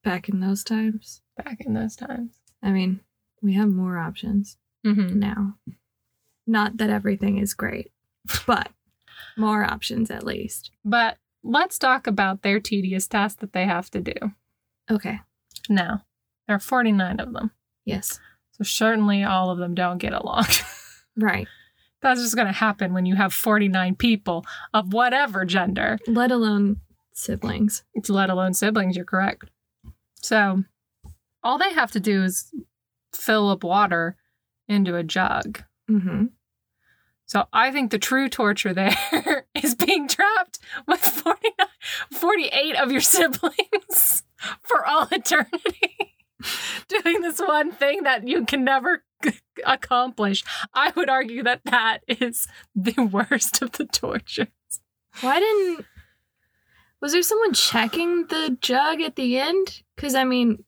Speaker 3: back in those times.
Speaker 2: back in those times.
Speaker 3: I mean, we have more options
Speaker 2: hmm
Speaker 3: now. Not that everything is great, but more options at least.
Speaker 2: But let's talk about their tedious task that they have to do.
Speaker 3: Okay.
Speaker 2: Now, there are 49 of them.
Speaker 3: Yes.
Speaker 2: So certainly all of them don't get along.
Speaker 3: Right.
Speaker 2: That's just going to happen when you have 49 people of whatever gender.
Speaker 3: Let alone siblings.
Speaker 2: let alone siblings. You're correct. So all they have to do is fill up water into a jug.
Speaker 3: Mm-hmm.
Speaker 2: So I think the true torture there is being trapped with 49, 48 of your siblings for all eternity. Doing this one thing that you can never accomplish. I would argue that that is the worst of the torture.
Speaker 3: Why didn't was there someone checking the jug at the end? Because I mean,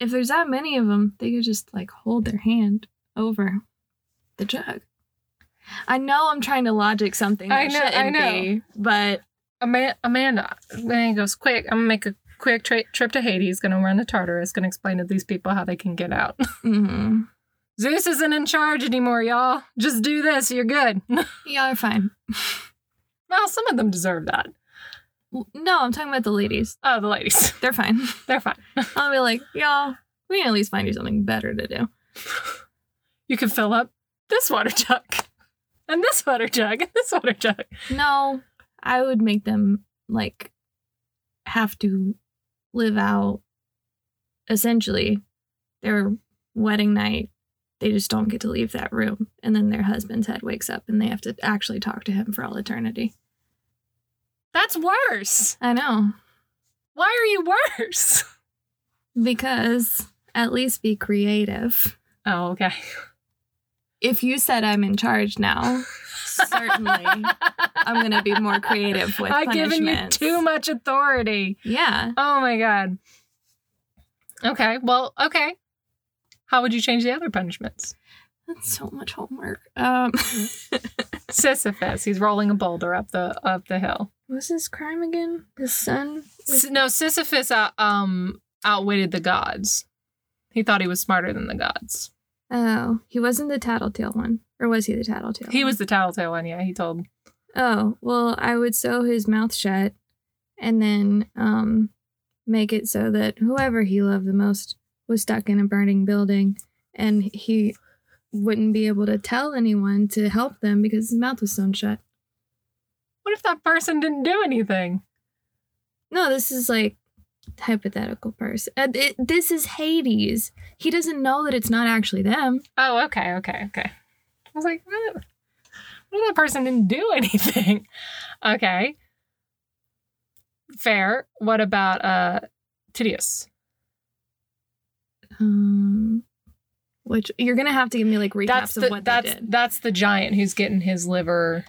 Speaker 3: if there's that many of them, they could just like hold their hand over the jug. I know I'm trying to logic something.
Speaker 2: I
Speaker 3: That
Speaker 2: know- I
Speaker 3: shouldn't
Speaker 2: know.
Speaker 3: Be, but
Speaker 2: Ama- Amanda, then he goes, "Quick, I'm gonna make a quick tra- trip to Hades. Gonna run to Tartarus. Gonna explain to these people how they can get out.
Speaker 3: mm-hmm.
Speaker 2: Zeus isn't in charge anymore, y'all. Just do this. You're good.
Speaker 3: y'all are fine.
Speaker 2: well, some of them deserve that.
Speaker 3: No, I'm talking about the ladies.
Speaker 2: Oh, the ladies,
Speaker 3: They're fine.
Speaker 2: they're fine.
Speaker 3: I'll be like, y'all, we can at least find you something better to do.
Speaker 2: You can fill up this water jug, and this water jug, and this water jug.
Speaker 3: No, I would make them like have to live out essentially their wedding night. They just don't get to leave that room. And then their husband's head wakes up and they have to actually talk to him for all eternity.
Speaker 2: That's worse.
Speaker 3: I know.
Speaker 2: Why are you worse?
Speaker 3: Because at least be creative.
Speaker 2: Oh, okay.
Speaker 3: If you said I'm in charge now, certainly I'm going to be more creative with
Speaker 2: I've given you
Speaker 3: punishments.
Speaker 2: too much authority.
Speaker 3: Yeah.
Speaker 2: Oh my god. Okay. Well, okay. How would you change the other punishments?
Speaker 3: That's so much homework. Um,
Speaker 2: Sisyphus, he's rolling a boulder up the up the hill.
Speaker 3: what's his crime again? His son?
Speaker 2: S- no, Sisyphus uh, um outwitted the gods. He thought he was smarter than the gods.
Speaker 3: Oh, he wasn't the tattletale one, or was he the tattletale?
Speaker 2: He
Speaker 3: one?
Speaker 2: was the tattletale one. Yeah, he told.
Speaker 3: Oh well, I would sew his mouth shut, and then um, make it so that whoever he loved the most was stuck in a burning building, and he wouldn't be able to tell anyone to help them because his mouth was sewn shut.
Speaker 2: What if that person didn't do anything?
Speaker 3: No, this is like hypothetical person. Uh, it, this is Hades. He doesn't know that it's not actually them.
Speaker 2: Oh, okay, okay, okay. I was like, what? What if that person didn't do anything? okay. Fair. What about uh Tidius?
Speaker 3: Um, which you're gonna have to give me like recaps
Speaker 2: that's the
Speaker 3: of what
Speaker 2: that's
Speaker 3: they did
Speaker 2: that's the giant who's getting his liver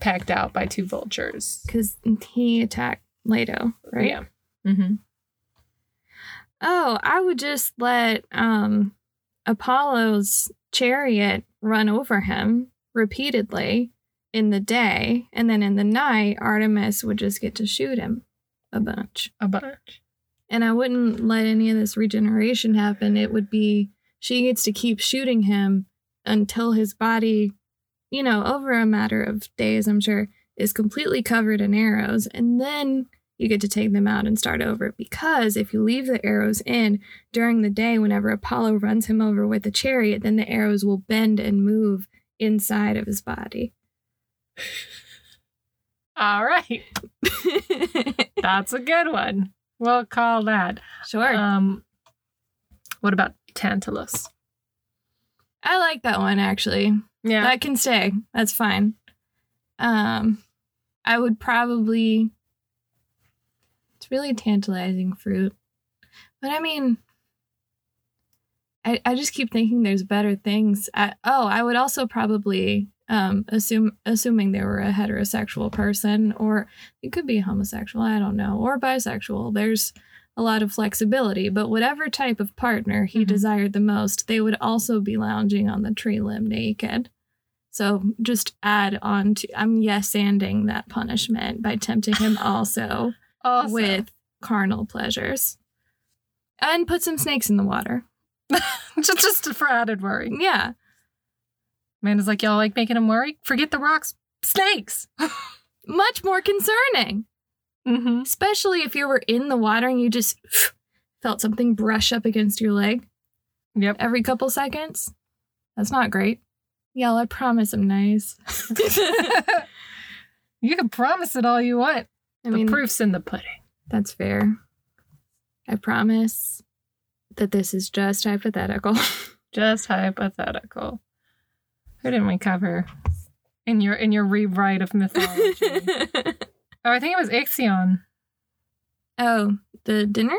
Speaker 2: pecked out by two vultures.
Speaker 3: because he attacked Leto, right?
Speaker 2: Yeah. Mm-hmm.
Speaker 3: Oh, I would just let um Apollo's chariot run over him repeatedly in the day, and then in the night, Artemis would just get to shoot him a bunch.
Speaker 2: A bunch.
Speaker 3: And I wouldn't let any of this regeneration happen. It would be she gets to keep shooting him until his body, you know, over a matter of days, I'm sure, is completely covered in arrows. And then you get to take them out and start over. Because if you leave the arrows in during the day, whenever Apollo runs him over with the chariot, then the arrows will bend and move inside of his body.
Speaker 2: All right. That's a good one. We'll call that.
Speaker 3: sure.
Speaker 2: Um what about Tantalus?
Speaker 3: I like that one actually.
Speaker 2: Yeah.
Speaker 3: That can stay. That's fine. Um, I would probably. It's really tantalizing fruit, but I mean, I I just keep thinking there's better things. I, oh, I would also probably um assume assuming they were a heterosexual person, or it could be homosexual. I don't know, or bisexual. There's a lot of flexibility, but whatever type of partner he
Speaker 2: Mhm.
Speaker 3: desired the most, they would also be lounging on the tree limb naked. So just add on to I'm yes anding that punishment by tempting him also,
Speaker 2: also,
Speaker 3: with carnal pleasures. And put some snakes in the water.
Speaker 2: just just for added worry.
Speaker 3: Yeah.
Speaker 2: Amanda's like, y'all like making him worry? Forget the rocks. Snakes.
Speaker 3: Much more concerning.
Speaker 2: Mm-hmm.
Speaker 3: Especially if you were in the water and you just felt something brush up against your leg
Speaker 2: Yep.
Speaker 3: every couple seconds. That's not great. Y'all, I promise I'm nice. I
Speaker 2: you can promise it all you want.
Speaker 3: mean,
Speaker 2: the proof's in the pudding.
Speaker 3: That's fair. I promise that this is just hypothetical.
Speaker 2: just hypothetical. Who didn't we cover in your in your rewrite of mythology? oh, I think it was Ixion.
Speaker 3: oh, the dinner?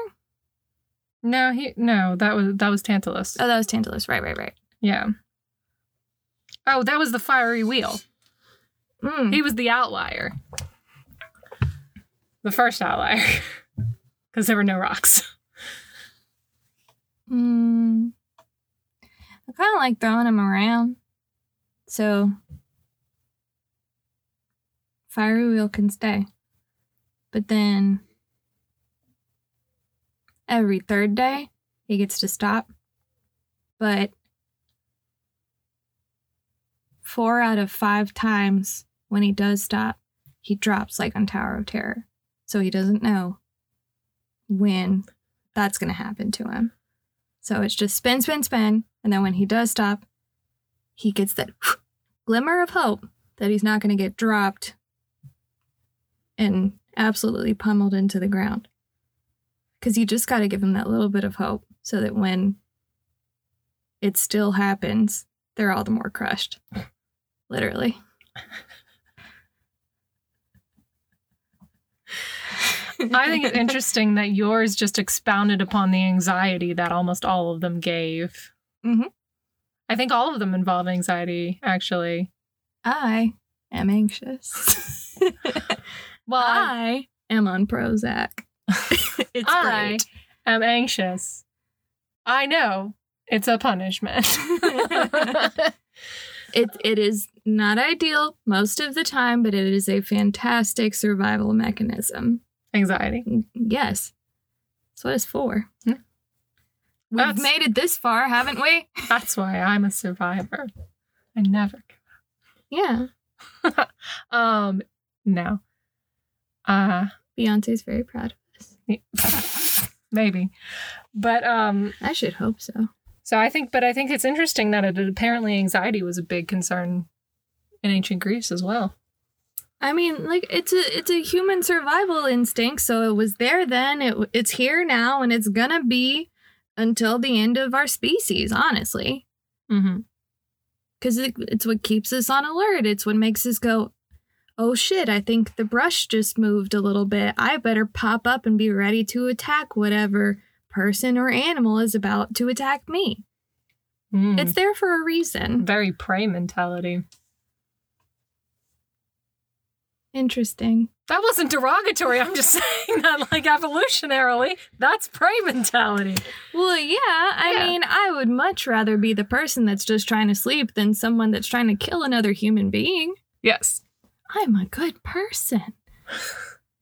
Speaker 2: No, he no, that was that was Tantalus.
Speaker 3: Oh, that was Tantalus. Right, right, right.
Speaker 2: yeah. Oh, that was the fiery wheel.
Speaker 3: Mm.
Speaker 2: He was the outlier. The first outlier. Because there were no rocks.
Speaker 3: Hmm. Mm. I kind of like throwing him around. So fiery wheel can stay. But then every third day he gets to stop. But four out of five times when he does stop, he drops like on Tower of Terror. So he doesn't know when that's gonna happen to him. So it's just spin, spin, spin. And then when he does stop, he gets that glimmer of hope that he's not going to get dropped and absolutely pummeled into the ground. Because you just got to give him that little bit of hope so that when it still happens, they're all the more crushed. Literally.
Speaker 2: I think it's interesting that yours just expounded upon the anxiety that almost all of them gave.
Speaker 3: Mhm.
Speaker 2: I think all of them involve anxiety, actually.
Speaker 3: I am anxious.
Speaker 2: Well, I
Speaker 3: I am on Prozac. it's
Speaker 2: I-
Speaker 3: great.
Speaker 2: am anxious. I know it's a punishment.
Speaker 3: It it is not ideal most of the time, but it is a fantastic survival mechanism.
Speaker 2: anxiety.
Speaker 3: Yes. That's what it's for.
Speaker 2: Yeah.
Speaker 3: We've
Speaker 2: That's-
Speaker 3: made it this far, haven't we?
Speaker 2: That's why I'm a survivor. I never.
Speaker 3: Yeah.
Speaker 2: Um, no. Uh,
Speaker 3: Beyonce's very proud of us.
Speaker 2: maybe. But um,
Speaker 3: I should hope so.
Speaker 2: So I think, but I think it's interesting that it apparently anxiety was a big concern in ancient Greece as well.
Speaker 3: I mean, like it's a it's a human survival instinct, so it was there then, it it's here now, and it's gonna be until the end of our species, honestly.
Speaker 2: Mm-hmm.
Speaker 3: because it, it's what keeps us on alert. It's what makes us go, oh shit, I think the brush just moved a little bit. I better pop up and be ready to attack whatever person or animal is about to attack me. It's
Speaker 2: It's
Speaker 3: there for a reason.
Speaker 2: very prey mentality.
Speaker 3: Interesting.
Speaker 2: That wasn't derogatory. I'm just saying that, like evolutionarily, that's prey mentality.
Speaker 3: Well, yeah, I
Speaker 2: Yeah.
Speaker 3: mean, I would much rather be the person that's just trying to sleep than someone that's trying to kill another human being.
Speaker 2: Yes,
Speaker 3: I'm a good person.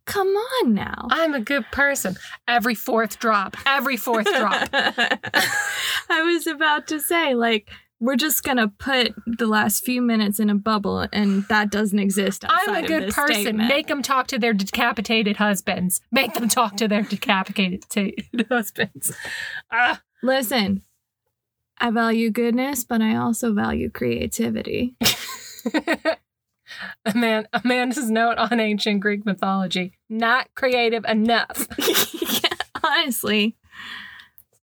Speaker 3: Come on now.
Speaker 2: I'm a good person. Every fourth drop, every fourth drop.
Speaker 3: I was about to say, like, we're just gonna put the last few minutes in a bubble, and that doesn't exist. Outside
Speaker 2: I'm a
Speaker 3: of
Speaker 2: good
Speaker 3: this
Speaker 2: person.
Speaker 3: statement.
Speaker 2: Make them talk to their decapitated husbands. Make them talk to their decapitated husbands. Ah,
Speaker 3: Listen, I value goodness, but I also value creativity.
Speaker 2: Aman- Amanda's note on ancient Greek mythology. Not creative enough.
Speaker 3: Yeah, honestly,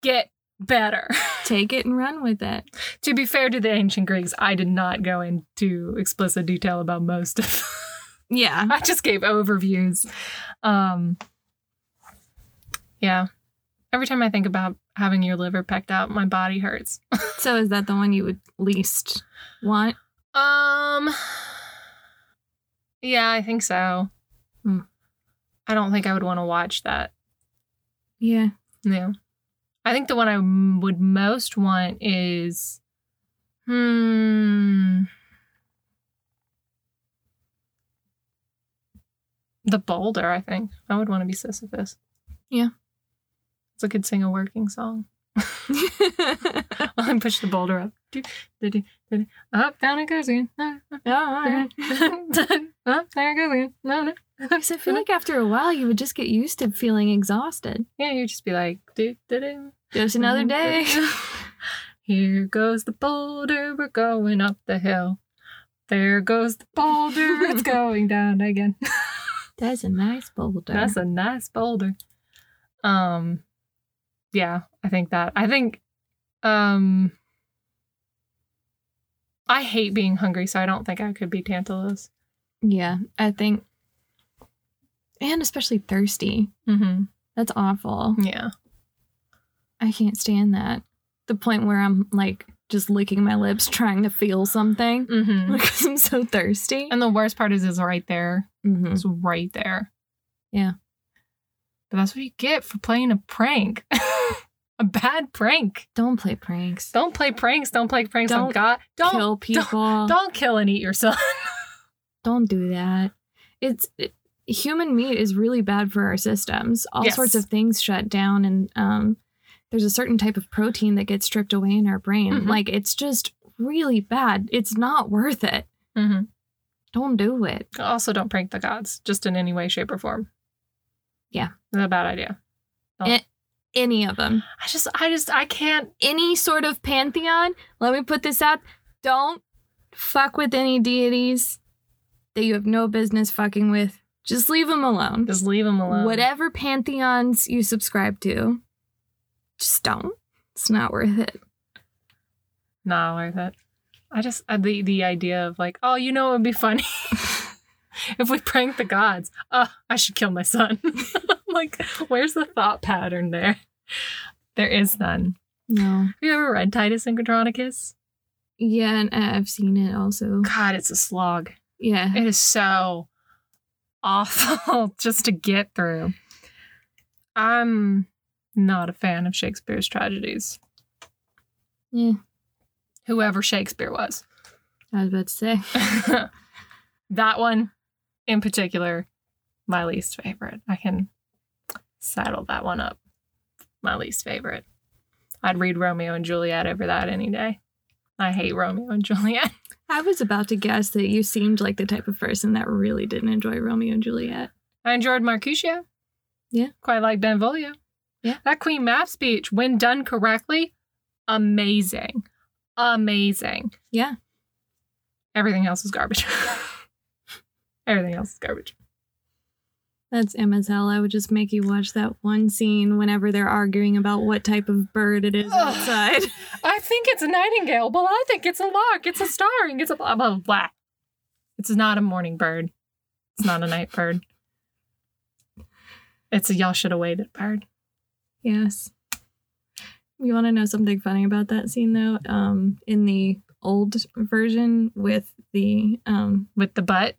Speaker 2: Get better.
Speaker 3: take it and run with it.
Speaker 2: to be fair to the ancient Greeks, I did not go into explicit detail about most of
Speaker 3: Yeah,
Speaker 2: I just gave overviews. Um Yeah. Every time I think about having your liver pecked out, my body hurts.
Speaker 3: so is that the one you would least want?
Speaker 2: Um Yeah, I think so.
Speaker 3: Hmm.
Speaker 2: I don't think I would want to watch that.
Speaker 3: Yeah,
Speaker 2: Yeah. I think the one I m- would most want is hmm the boulder, I think. I would want to be Sisyphus.
Speaker 3: Yeah.
Speaker 2: So I could sing a working song. and push the boulder up. Do, do, do, do, do. Up, down it goes again. Up, up,
Speaker 3: no, all right.
Speaker 2: down. Up, there it goes again. No, no.
Speaker 3: 'Cause I feel like after a while, you would just get used to feeling exhausted.
Speaker 2: Yeah, you'd just be like, do, do, do.
Speaker 3: Just
Speaker 2: Mm-hmm.
Speaker 3: another day.
Speaker 2: Here goes the boulder, we're going up the hill. There goes the boulder, it's going down again.
Speaker 3: That's a nice boulder.
Speaker 2: That's a nice boulder. Um yeah, I think that. I think um I hate being hungry, so I don't think I could be Tantalus.
Speaker 3: yeah, I think. And especially thirsty.
Speaker 2: Mm-hmm.
Speaker 3: That's awful.
Speaker 2: Yeah.
Speaker 3: I can't stand that. The point where I'm like just licking my lips trying to feel something
Speaker 2: Mm-hmm.
Speaker 3: because I'm so thirsty.
Speaker 2: And the worst part is it's right there.
Speaker 3: Mhm.
Speaker 2: It's right there.
Speaker 3: Yeah.
Speaker 2: But that's what you get for playing a prank. I a bad prank.
Speaker 3: Don't play pranks.
Speaker 2: Don't play pranks. Don't play pranks on
Speaker 3: Don't
Speaker 2: God. Don't
Speaker 3: Kill people. Don't,
Speaker 2: don't kill and eat yourself.
Speaker 3: do that. It's it- human meat is really bad for our systems. All
Speaker 2: Yes.
Speaker 3: sorts of things shut down, and um, there's a certain type of protein that gets stripped away in our brain.
Speaker 2: Mhm.
Speaker 3: Like it's just really bad. It's not worth it.
Speaker 2: Mhm.
Speaker 3: Don't do it.
Speaker 2: Also, don't prank the gods, just in any way, shape, or form.
Speaker 3: Yeah.
Speaker 2: That's a bad idea. Oh.
Speaker 3: Eh, Any of them.
Speaker 2: I just, I just, I can't.
Speaker 3: any sort of pantheon, let me put this out. Don't fuck with any deities that you have no business fucking with. Just leave them alone.
Speaker 2: Just leave them alone.
Speaker 3: Whatever pantheons you subscribe to, just don't. It's not worth it.
Speaker 2: Not worth it. I just uh, the the idea of like, oh, you know, it would be funny if we prank the gods. Oh, I should kill my son. like, where's the thought pattern there? There is none.
Speaker 3: No.
Speaker 2: Have you ever read Titus and Andronicus?
Speaker 3: Yeah, and I- I've seen it also.
Speaker 2: God, it's a slog.
Speaker 3: Yeah.
Speaker 2: It is so awful just to get through. I'm not a fan of Shakespeare's tragedies.
Speaker 3: Yeah.
Speaker 2: Whoever Shakespeare was.
Speaker 3: I was about to say.
Speaker 2: that one in particular, my least favorite. I can saddle that one up. My least favorite. I'd read Romeo and Juliet over that any day. I hate Romeo and Juliet.
Speaker 3: I was about to guess that you seemed like the type of person that really didn't enjoy Romeo and Juliet.
Speaker 2: I enjoyed Mercutio.
Speaker 3: Yeah.
Speaker 2: Quite like Benvolio.
Speaker 3: Yeah.
Speaker 2: That Queen Mab speech, when done correctly, amazing. Amazing.
Speaker 3: Yeah.
Speaker 2: Everything else is garbage. Everything else is garbage.
Speaker 3: That's MSL. I would just make you watch that one scene whenever they're arguing about what type of bird it is
Speaker 2: Ugh.
Speaker 3: outside.
Speaker 2: I think it's a nightingale, but I think it's a lark. It's a star and it's a blah, blah, blah. It's not a morning bird. It's not a night bird. It's a y'all should have waited bird.
Speaker 3: Yes. You want to know something funny about that scene though? Um, in the old version with the um,
Speaker 2: With the butt.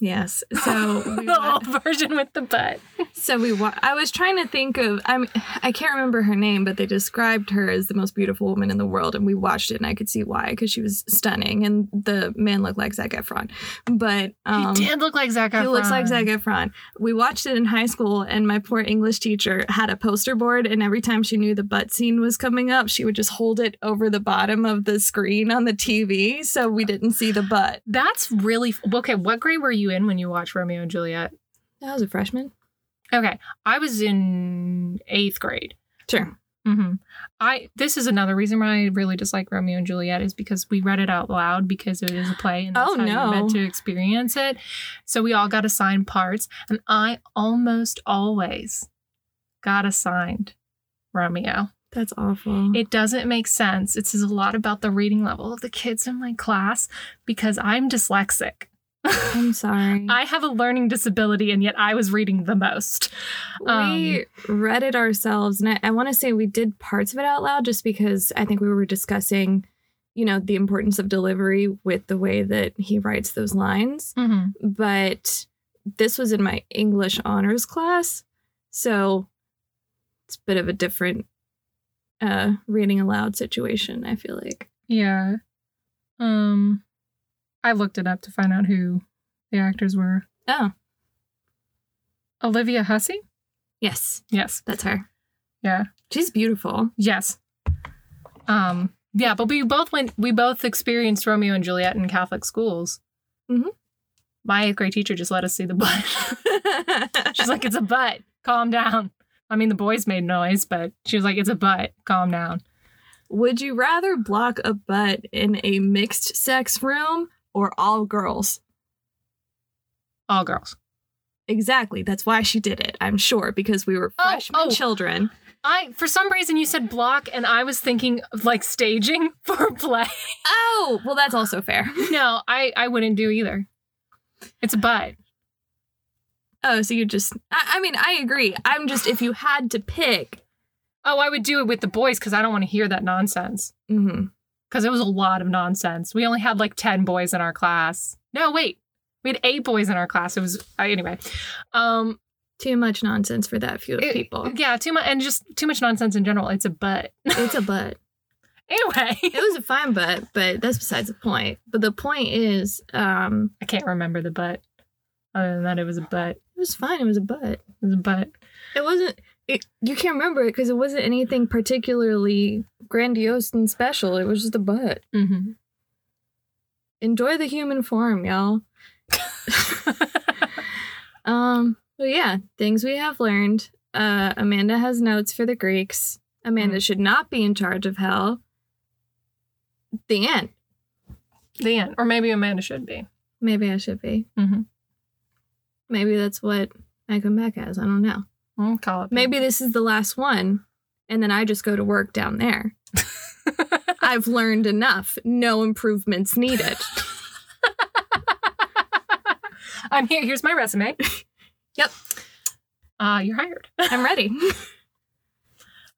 Speaker 3: yes. So we
Speaker 2: the
Speaker 3: wa-
Speaker 2: old version with the butt.
Speaker 3: so we wa- I was trying to think of I mean, I can't remember her name, but they described her as the most beautiful woman in the world, and we watched it, and I could see why because she was stunning, and the man looked like Zac Efron, but um,
Speaker 2: he did look like Zac Efron.
Speaker 3: He looks like Zac Efron. We watched it in high school, and my poor English teacher had a poster board, and every time she knew the butt scene was coming up, she would just hold it over the bottom of the screen on the TV so we didn't see the butt.
Speaker 2: That's really okay. What grade were you in when you watched Romeo and Juliet?
Speaker 3: That was a freshman.
Speaker 2: Okay, I was in eighth grade.
Speaker 3: Sure.
Speaker 2: hmm I this is another reason why I really dislike Romeo and Juliet is because we read it out loud because it is a play and that's
Speaker 3: Oh,
Speaker 2: how
Speaker 3: no.
Speaker 2: you're meant to experience it. So we all got assigned parts, and I almost always got assigned Romeo.
Speaker 3: That's awful.
Speaker 2: It doesn't make sense. It says a lot about the reading level of the kids in my class because I'm dyslexic.
Speaker 3: I'm sorry.
Speaker 2: I have a learning disability, and yet I was reading the most.
Speaker 3: we read it ourselves, and I, I want to say we did parts of it out loud just because I think we were discussing, you know, the importance of delivery with the way that he writes those lines.
Speaker 2: Mm-hmm.
Speaker 3: but this was in my English honors class, so it's a bit of a different uh, reading aloud situation. I feel like
Speaker 2: Yeah. Um I looked it up to find out who the actors were.
Speaker 3: Oh.
Speaker 2: Olivia Hussey?
Speaker 3: yes,
Speaker 2: Yes.
Speaker 3: that's her.
Speaker 2: Yeah.
Speaker 3: She's beautiful.
Speaker 2: Yes. Um yeah, but we both went we both experienced Romeo and Juliet in Catholic schools.
Speaker 3: Mhm.
Speaker 2: My eighth grade teacher just let us see the butt. She's like, It's a butt. Calm down. I mean the boys made noise, but she was like, It's a butt. Calm down.
Speaker 3: Would you rather block a butt in a mixed sex room or all girls?
Speaker 2: All girls.
Speaker 3: Exactly. That's why she did it. I'm sure because we were
Speaker 2: Oh,
Speaker 3: freshman
Speaker 2: oh.
Speaker 3: children.
Speaker 2: I for some reason you said block and I was thinking of like staging for a play.
Speaker 3: Oh, well, that's also fair.
Speaker 2: No, I I wouldn't do either. It's a butt.
Speaker 3: Oh, so you just, I, I mean, I agree. I'm just, if you had to pick,
Speaker 2: Oh, I would do it with the boys because I don't want to hear that nonsense.
Speaker 3: hmm
Speaker 2: Because it was a lot of nonsense. We only had like ten boys in our class. No, wait, we had eight boys in our class. It was uh, anyway. Um,
Speaker 3: Too much nonsense for that few
Speaker 2: It-
Speaker 3: people.
Speaker 2: Yeah, too much and just too much nonsense in general. It's a butt.
Speaker 3: It's a butt.
Speaker 2: Anyway,
Speaker 3: It was a fine butt, but that's besides the point. But the point is, um,
Speaker 2: I can't remember the butt. Other than that, it was a butt.
Speaker 3: it was fine. It was a butt.
Speaker 2: It was a butt.
Speaker 3: It wasn't. It, you can't remember it because it wasn't anything particularly grandiose and special. It was just a butt.
Speaker 2: Mm-hmm.
Speaker 3: Enjoy the human form, y'all. Um, but yeah, things we have learned. Uh, Amanda has notes for the Greeks. Amanda should not be in charge of hell. The end.
Speaker 2: the end, or maybe Amanda should be.
Speaker 3: Maybe I should be.
Speaker 2: Mm-hmm.
Speaker 3: Maybe that's what I come back as. I don't know.
Speaker 2: I'll call it.
Speaker 3: Maybe this is the last one, and then I just go to work down there. I've learned enough. No improvements needed.
Speaker 2: I'm here. Here's my resume.
Speaker 3: Yep.
Speaker 2: Uh, you're hired.
Speaker 3: I'm ready.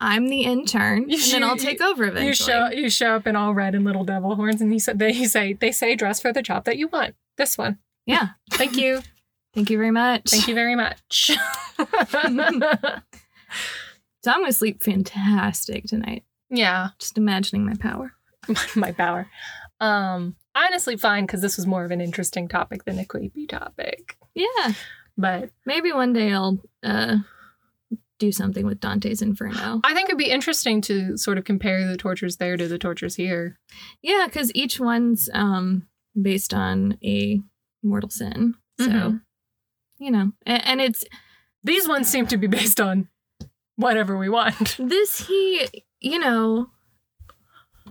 Speaker 3: I'm the intern,
Speaker 2: You
Speaker 3: and then I'll
Speaker 2: should-
Speaker 3: take over eventually.
Speaker 2: You show you show up in all red and little devil horns, and you say they you say they say dress for the job that you want. This one.
Speaker 3: Yeah.
Speaker 2: Thank you.
Speaker 3: Thank you very much.
Speaker 2: Thank you very much.
Speaker 3: So I'm gonna sleep fantastic tonight.
Speaker 2: yeah,
Speaker 3: Just imagining my power.
Speaker 2: my power. Um, honestly, fine because this was more of an interesting topic than a creepy topic.
Speaker 3: Yeah.
Speaker 2: But
Speaker 3: Maybe one day I'll uh, do something with Dante's Inferno.
Speaker 2: I think it'd be interesting to sort of compare the tortures there to the tortures here.
Speaker 3: Yeah, because each one's um, based on a mortal sin. So,
Speaker 2: Mhm.
Speaker 3: you know, and, and it's
Speaker 2: These ones seem to be based on whatever we want.
Speaker 3: this he, you know,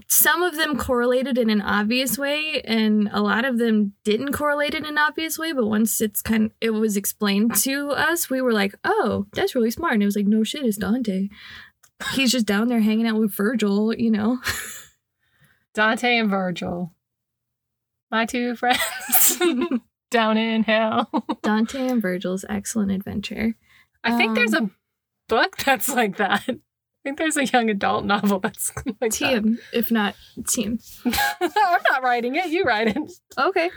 Speaker 3: some of them correlated in an obvious way, and a lot of them didn't correlate in an obvious way. But once it's kind, it was explained to us, we were like, "Oh, that's really smart." And it was like, "No shit, it's Dante. He's just down there hanging out with Virgil." You know,
Speaker 2: Dante and Virgil, my two friends down in hell.
Speaker 3: Dante and Virgil's excellent adventure.
Speaker 2: I think there's
Speaker 3: Um,
Speaker 2: a book that's like that. I think there's a young adult novel that's like that.
Speaker 3: Team, if not team.
Speaker 2: I'm not writing it. You write it.
Speaker 3: Okay.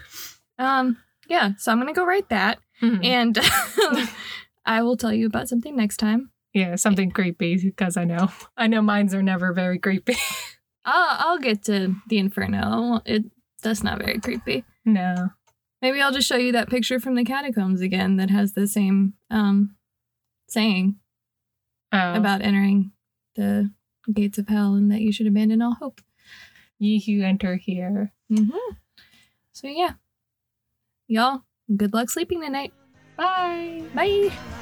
Speaker 3: Um. Yeah. So I'm gonna go write that, and I will tell you about something next time.
Speaker 2: Yeah, something creepy because I know. I know mines are never very creepy.
Speaker 3: I'll I'll get to the inferno. It that's not very creepy.
Speaker 2: no.
Speaker 3: Maybe I'll just show you that picture from the catacombs again that has the same um saying
Speaker 2: Oh.
Speaker 3: about entering the gates of hell and that you should abandon all hope.
Speaker 2: ye who enter here.
Speaker 3: Mm-hmm. So yeah, y'all, good luck sleeping tonight.
Speaker 2: Bye.
Speaker 3: Bye.
Speaker 1: Thank